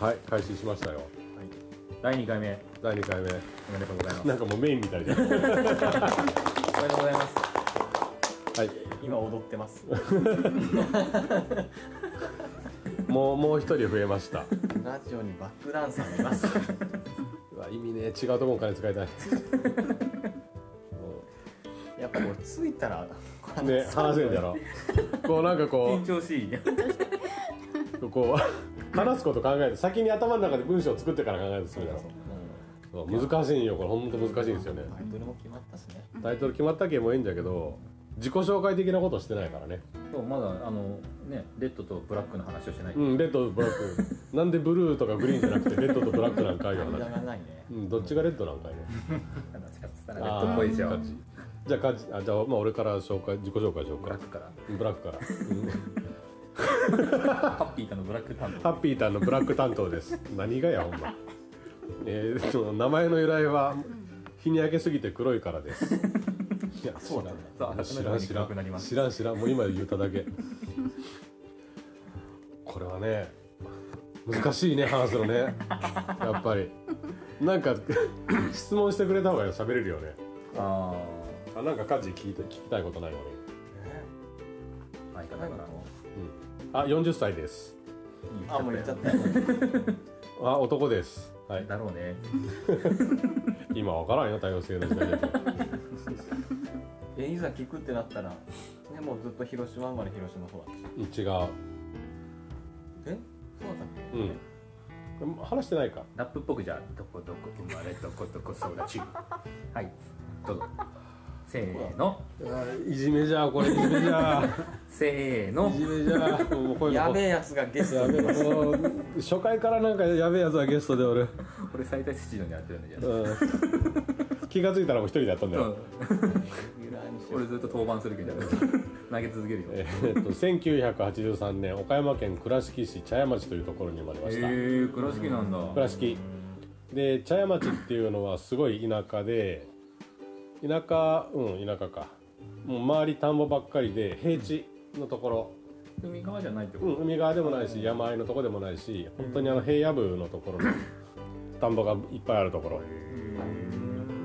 はい開始しましたよ第2回目第2回目おめでとうございますなんかもうメインみたいじゃんはいおめでとうございます今踊ってますもうもう一人増えましたラジオにバックダンサーがいますうわ意味ね違うところお金使いたい やっぱこれ着いたらうんね話せんだろこうなんかこ緊張しいうこう話すこと考えて先に頭の中で文章を作ってから考えるとするじゃんそう難しいんよこれほんと難しいんですよねタイトルも決まったしねタイトル決まったけもいいんだけど自己紹介的なことしてないからねそうまだあのねレッドとブラックの話をしてないうんレッドとブラックなんでブルーとかグリーンじゃなくてレッドとブラックなんかいう無駄話がないねうん、どっちがレッドなんかいね。なんか使ってたらレレッドっぽいでしょじゃあ、かじ、あ、じゃあ、まあ、俺から紹介、自己紹介しようブラッか。クからブラックから。うんハッピーかのブラック担ハッピータンのブラック担当です。 何がや、ほんま。えー、その名前の由来は、日に焼けすぎて黒いから です。いや、そうなんだ知らん知ら頭の中に黒くなりまん。す知らん知らん、もう今言っただ け。これはね、難しいね、話すのね。やっぱり。なんか、 質問してくれた方が喋れるよね。当ああ、なんか家事聞いて、聞きたいことない俺。あ相方からうん。あ、40歳です。あもう言っちゃったよあ、男です。はい。だろうね今わからんよ、多様性の時代だけど。 えいざ聞くってなったら、ね、もうずっと広島生まれ広島育ち違う。えそうだったっけうん。でも話してないか。ラップっぽくじゃあどこどこ生まれどこどこ育ちはいどうぞせーのいじめじゃ、これいじめじゃ。せーいじめじゃ。もうこういうのやべえやつがゲスやトべえにもう初回からなんかやべえやつはゲストで俺、俺最大出場にやってるんだけどうん、気がついたらもう一人でやったんだよ、俺ずっと登板するけど投げ続けるよえーっと1983年岡山県倉敷市茶屋町というところに生まれました、えー、倉敷なんだ。倉敷で茶屋町っていうのはすごい田舎で田舎うん田舎かもう周り田んぼばっかりで平地のところ、海側じゃないってこうん、海側でもないし山あいのとこでもないし本当にあの平野部のところの田んぼがいっぱいあるところ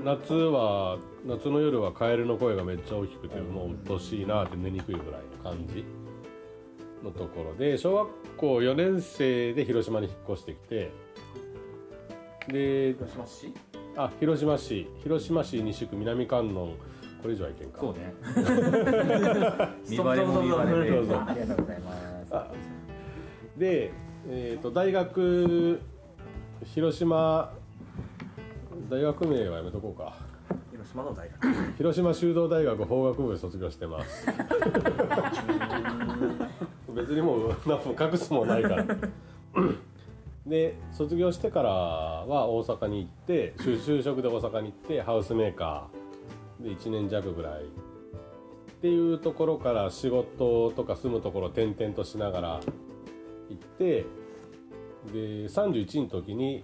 夏は夏の夜はカエルの声がめっちゃ大きくてもう鬱陶しいなって寝にくいぐらいの感じのところで小学校4年生で広島に引っ越してきてで広島市あ広島市広島市西区南観音これ以上はいけんかと。そうね。見見栄栄ええもも見見栄栄えでえでどうぞありがとうございますあで、えー、と大学広島大学名はやめとこうか広島の大学広島修道大学法学部で卒業してます別にもう何も隠すもんないからで卒業してからは大阪に行って就就職で大阪に行ってハウスメーカーで1年弱ぐらいっていうところから仕事とか住むところを転々としながら行ってで31の時に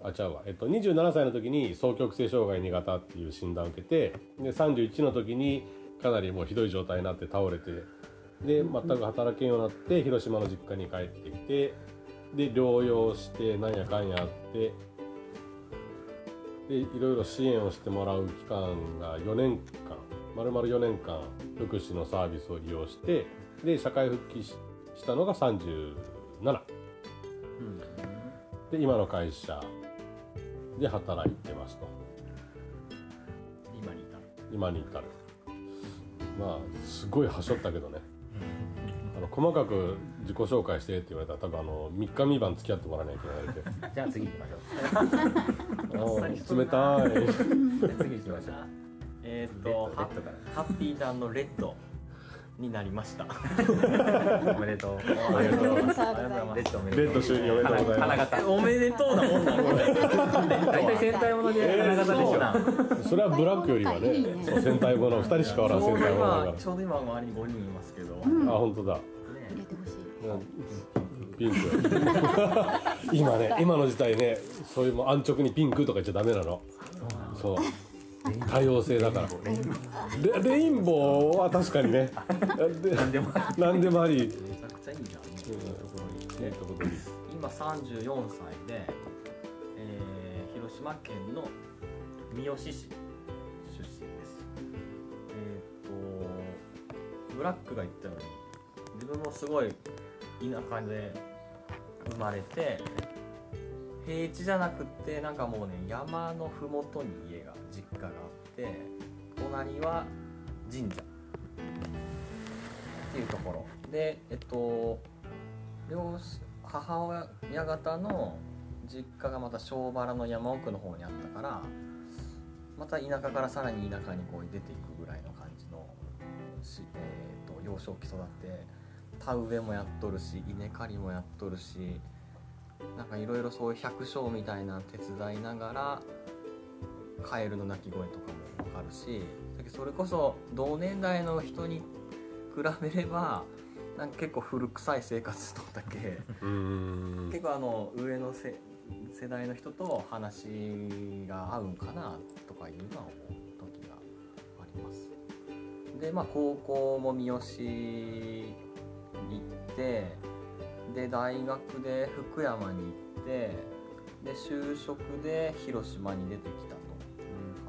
あちゃうわ、えっと、27歳の時に双極性障害2型っていう診断を受けてで31の時にかなりもうひどい状態になって倒れてで全く働けんようになって広島の実家に帰ってきてで療養してなんやかんやあってでいろいろ支援をしてもらう期間が4年間丸々4年間福祉のサービスを利用してで社会復帰ししたのが37。で今の会社で働いてますと今にいた今に至るまあすごいはしょったけどねあの細かく自己紹介してって言われたら多分あの3日3晩付き合ってもらわないといけじゃあ次行きましょ うないんで冷たいじゃあ次行きましょうえーっとハレッドレッドかハッピーターンのレッドになりましたおめでとう。ありがとうございますレッドおめでとう。レッド就任おめでとうございま花す形。 おめでとうなもんなこれ大体戦隊もので花形でしそうょ。なんそれはブラックよりはねいいねそう戦隊後の2人しかちおらんょう戦ど隊後今だかちょうど今周りに5人いますけど、らあ本当だ入れてほしいうんピンク 今ね今の時代ねそういうもう安直にピンクとか言っちゃダメなのそう多様性だからレレインボーは確かにねででも何でもありめちゃくちゃいいじゃん、うんいいところに今今34歳で、えー広島県の三好市出身ですえーっとブラックが言ったように自分もすごい田舎で生まれて平地じゃなくってなんかもうね山の麓に家が実家があって隣は神社っていうところでえっと両親母親方の実家がまた庄原の山奥の方にあったからまた田舎からさらに田舎にこう出ていくぐらいの感じのし、えー、と幼少期育って田植えもやっとるし稲刈りもやっとるしなんかいろいろそういう百姓みたいな手伝いながらカエルの鳴き声とかもわかるしだけどそれこそ同年代の人に比べればなんか結構古臭い生活しとったけ。うーん結構あの上のせ世代の人と話が合うんかなとかいうのは思う時がありますでまあ高校も三好に行ってで大学で福山に行ってで就職で広島に出てきたという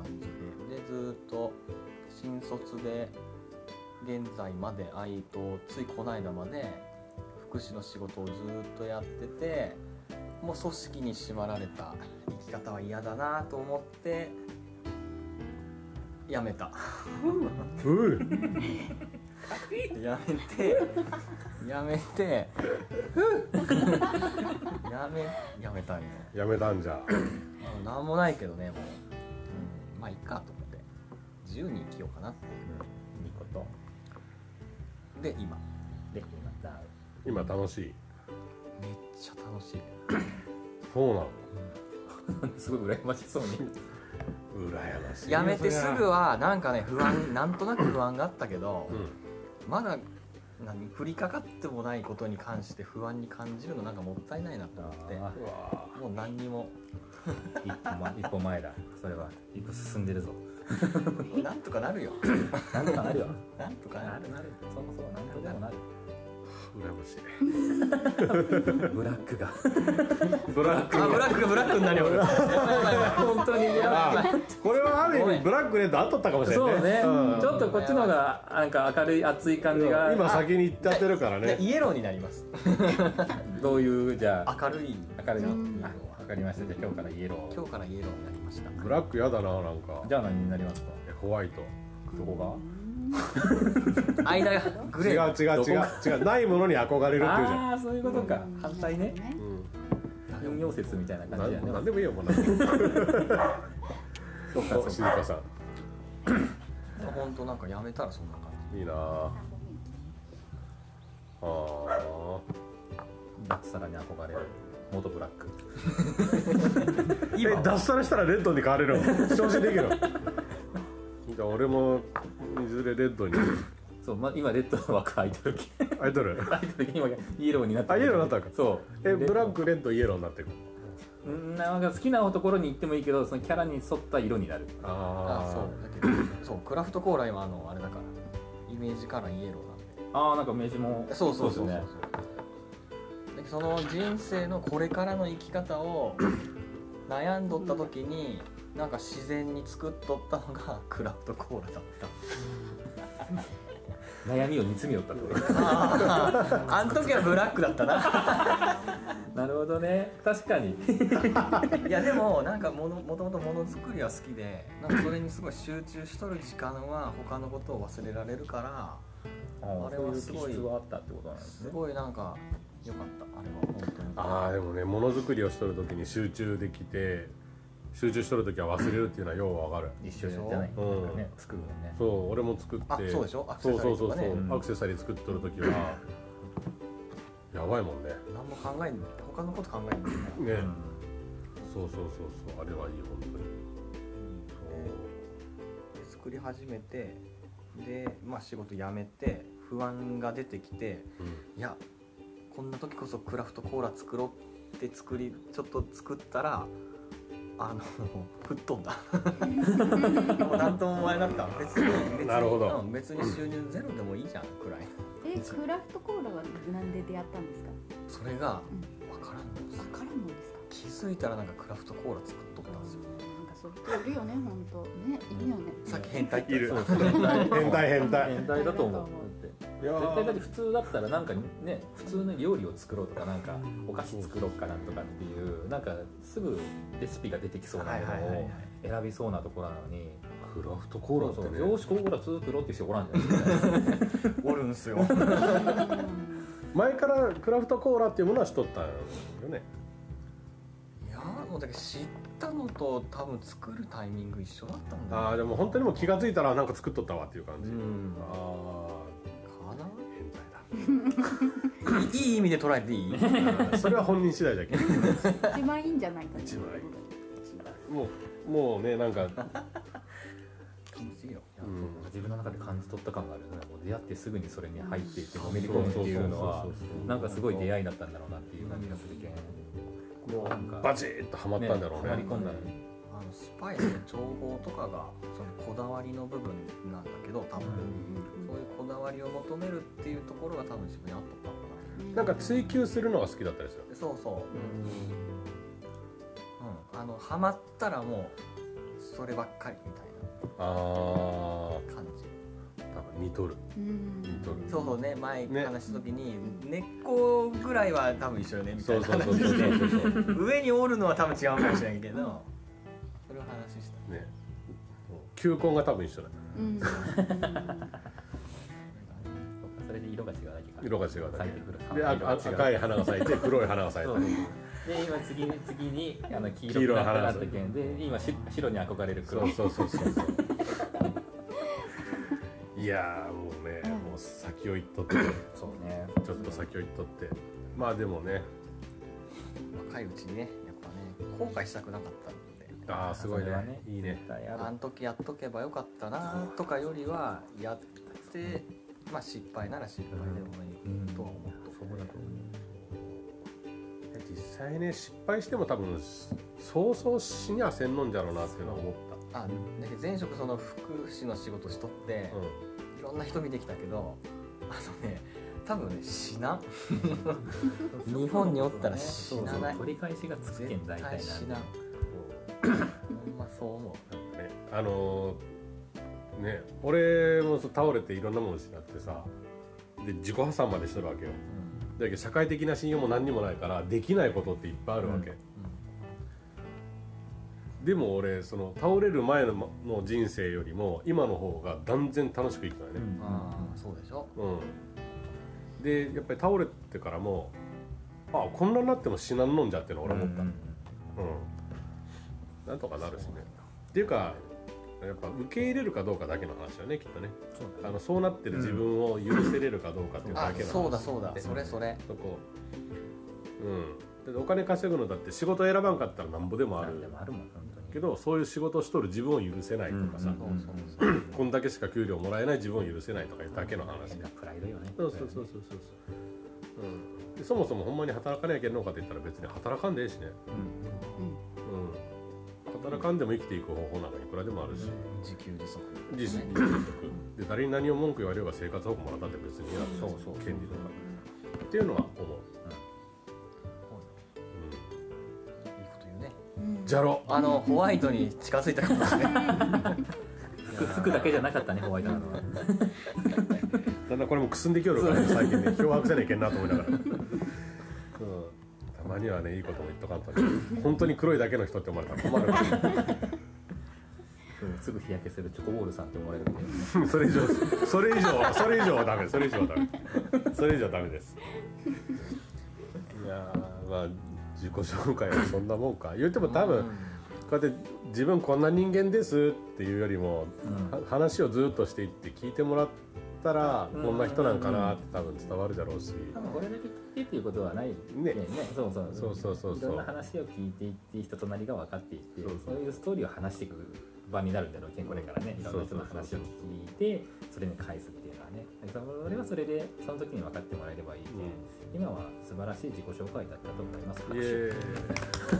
感じででずっと新卒で現在まであいとついこの間まで福祉の仕事をずっとやっててもう組織に縛られた生き方は嫌だなと思って辞めたうん辞めて辞めて辞め辞めたんよやめたんじゃあのなんもないけどねもう、うん、まあいいかと思って自由に生きようかなっていういいことで今でまた今楽しいめっちゃ楽しい そうなのすごい羨ましそうに羨ましい辞めてすぐははなんかね不 安なんとなく不安があったけど、うんまだ何降りかかってもないことに関して不安に感じるのなんかもったいないなと思っあうわてもう何にも 一歩,、ま、一歩前だそれは一歩進んでるぞなんとかなるよなんとか なるよなんとかなるなるそもそもなんとでも なるー羨ましいブラックがブラッあブラックがブラックになるよ 俺やばいやばいやばい本当にやばいあこれはあるご意め味んブラックレッドあっとったかもしれない そうねんちちうょんっとこっちの方がなんか明るい熱い感じが今先に行っちゃってるからでねイエローになり ますどういうじゃあ明るい明るいのうんあわかりましたじゃあ今日からイエロー今日からイエローになりましたブラックやだななんかじゃあ何になりますかえホワイトどこ間がグ違レーう違う違う違うないものに憧れるっていうじがゃんああーそういうことか反対ねう4ん行説みたいなうん感じやなねんなんでもいいよもうなんでもそうかそうか静香さ本当なんかやめたらそんな感んいいなああー脱サラに憧れる元ブラックえ脱サラしたらレッドに変われるの昇進できるのじゃあ俺もいずれレッドにそう、ま、今レッドの枠空いてる けアイドル空いてるけ今イエローになったあイエローになったのかそうえブラクックレッドイエローになってくるうんなんか好きなところに行ってもいいけどそのキャラに沿った色になるあああそうだけどそうクラフトコーラ今あのあれだからイメージからイエローなんでああなんか名刺もそうそうそそううそうでそすねでその人生のこれからの生き方 を悩んどった時になんか自然に作っとったの がクラフトコーラだった悩みを煮詰めよったって ことあああん時はブラックだった ななるほどね確かにいやでもなんかものもともとものづくりは好きでなんかそれにすごい集中しとる時間は他のことを忘れられるから ああれはすごいそういう気質があったってことなんですすねごいなんか良かったあれは本当にあーでもねものづくりをしとる時に集中できて集中しとる時は忘れるっていうのはようわかる一緒じゃないうんなんかね作るのねそう俺も作ってあそうでしょアクそセうサそリうーそとうそかねう、うんアクセサリー作っとる時はやばいもんね何も考えん他のこと考えんのね、うんそうそうそうそうあれはいい本当にで作り始めてで、まあ、仕事辞めて不安が出てきてそう、うんいやこんな時こそクラフトコーラ作ろうって作りちょっと作ったらあの 吹っ飛 んだもう何とも思えなかった別に別になるほどうん別に収入ゼロでもいいじゃんくらいえクラフトコーラはなんで出会ったんですそかれがわからんですあからんもんですか気づいたらなんかクラフトコーラ作っとったんですよなんかそういう人いるよね本当ねいるよねさっき変態っているそう変態変態変態だと思うだっていや絶対だーって普通だったらなんかね普通の料理を作ろうとかなんかお菓子作ろうかなとかっていうなんかすぐレシピが出てきそうなはいはいもはのいはいを選びそうなところなのにクラフトコーラってそうねそうよしコーラ作ろうって人おらんじゃないですかおるんすようん前からクラフトコーラっていうものはしとったんよねいやーもうだけど知ったのと多分作るタイミング一緒だったんだよああでも本当にもう気が付いたらなんか作っとったわっていう感うじ、んああかー変態だない いい意味で捉えていいあーそれは本人次第だけ ど一番いいんじゃないかな一番いいもうもうねなんか楽しいよいやうんそう自分の中で感じ取った感があるよねもう出会ってすぐにそれに入っていってのめり込むっていうのはそうそうそうそうなんかすごい出会いだったんだろうなっていう感じがするけんもなんかうバチッとはまったんだろうねはまり込んだのあのスパイスの調合とかがそのこだわりの部分なんだけど多分、そういうこだわりを求めるっていうところが多分自分に合っとったのかなんか追求するのが好きだったりするなそうそううんあのハマったらもうそればっかりみたいあな感じあ多分似とるうん似とるそうそうね前ね話した時に、根っこぐらいは多分一緒よねみたそいうなそう話そう そうそうそう上におるのは多分違うかもしれんけどそれを話したね球根が多分一緒だうんそうかそれで色が違うだけか色が違うだ咲いけてくるでああ色が赤違うい花が咲いて黒い花が咲いそうてで今次に次にあの黄黄色く色いな花ったけんで今し白に憧れるそ黒うそうそうそうそういやーもうねもう先を行っとってそうねちょっと先を行っとってまあでもね若いうちにねやっぱね後悔したくなかったんでああすごいそれはねいいね絶対あるあの時やっとけばよかったなとかよりはやって、まあ、失敗なら失敗でもいいとは思っとそうだと思う実際ね失敗しても多分そうそう死にはせんのんじゃろうなっていうのは思っあだけど前職その福祉の仕事しとってた、うんいろんな人見てきたけどあのね多分ね死な日本におったら死ななそいうそう取り返しがつくけ絶ん大体対な死んでなんほんまそう思うなんかねあのーね俺もそう倒れていろんなもの失ってさで自己破産までしてるわけよだけど社会的な信用も何にもないからできないことっていっぱいあるわけ、でも俺その倒れる前のの人生よりも今の方が断然楽しく生きたよねうんああそうでしょうん、でやっぱり倒れてからもあこんなになっても死なんのんじゃっての俺思った、うんなんとかなるしねっていうかやっぱ受け入れるかどうかだけの話だよねきっとねそうあのそうなってる自分を許せれるかどうかっていうだあけの話そうだそうだそれそれそこうんだってお金稼ぐのだって仕事選ばんかったらなんぼでもあ何でるもあるもん本当にけどそういう仕事しとる自分を許せないとかさ、うそんうそうそうこんだけしか給料もらえない自分を許せないとかいうだけの話変なプライドよねそうそうそうそうそうそう、うん、でそもそもほんまに働かなきゃいけんのかって言ったら別に働かんでええしね、うん、働かんでも生きていく方法なんかいくらでもあるし、自給自足自身ねで誰に何を文句言われようが生活保護もらったって別に嫌だしそうそう権利とかっていうのは思う、いいこと言うねうん、じゃろあのホワイトに近づいたかもしれない服服だけじゃなかったねホワイトなのはだんだんこれもくすんできよるからね最近ね漂白せなきゃいけんなと思いな がら、うん、たまにはねいいことも言っとかんとね本当に黒いだけの人って思われたら困る からうんすぐ日焼けするチョコボールさんって思われるけどそれ以上それ以上はそれ以上はダメそれ以上はダメそれ以上はダメですいやーまあ自己紹介はそんなもんか言っても多分こうやって自分こんな人間ですっていうよりも、は話をずっとしていって聞いてもらったらうんこんな人なんかなって多分伝わるだろうし、多分これだけ聞いてっていうことはないねねそうそうそうそうそうそういろんな話を聞いていって人となりが分かっていってそうそういうストーリーを話していく場になるんだろうけんこれからねいろんな人の話を聞いてそれに返すっていうのはねそれはそれでその時に分かってもらえればいいけんうん今は素晴らしい自己紹介だったと思いますイエーイ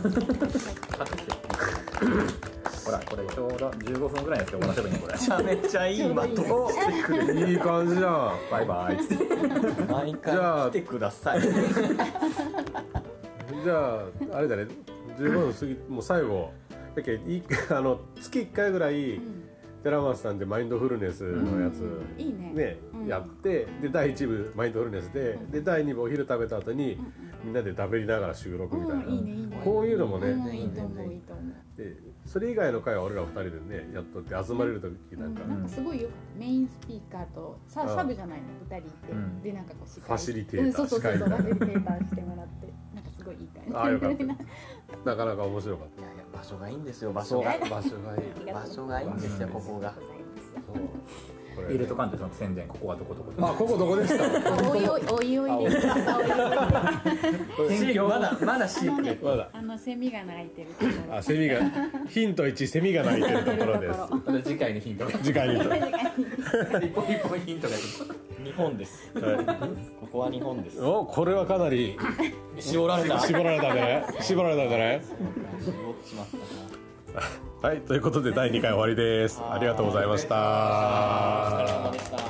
拍手ほらこれちょうど15分ぐらいですけど終わらせばいいねこれめちゃめちゃいいまとめしてくれるいい感じじゃんバイバイ毎じゃあ回来てくださいいじゃああれだね15分過ぎもう最後だっけいあの月1回ぐらい寺松さんでマインドフルネスうんのやつ、いいね。ねうんやってで第1部マインドフルネスでうんで第2部お昼食べた後にうんみんなで食べりながら収録みたいな、うんいいねいいね。こういうのもねうんいいと思ういいと思う。でそれ以外の回は俺ら2人でねやっとって集まれる時ななんんか、かすごいよメインスピーカーとサうんサブじゃないの2人って、うんでなんかこう司会ファシリテーターうんそうそうそう司ファ会シリテーターしてもらってなんかすごいいい感じあーよ かったなかなか面白かっいやいや場所がいいんですよ場た所がそう場所がいいありが場とう所がいいんですよここがございますそうこ入れとかんとその宣伝ここはどこどこどあここどこでした おいおいおいおいですあおいまだまだシおいあのーねまだあのセミが鳴いてるところ あセミがヒント1セミが鳴いてるところですとこまた次回のヒント が次回にと、はい、一本一本ヒントがいい日本ですここは日本ですおこれはかなり絞られた絞られたね絞られたんじゃない絞ってしまったなはいということで第2回終わりですありがとうございましたお疲れ様でした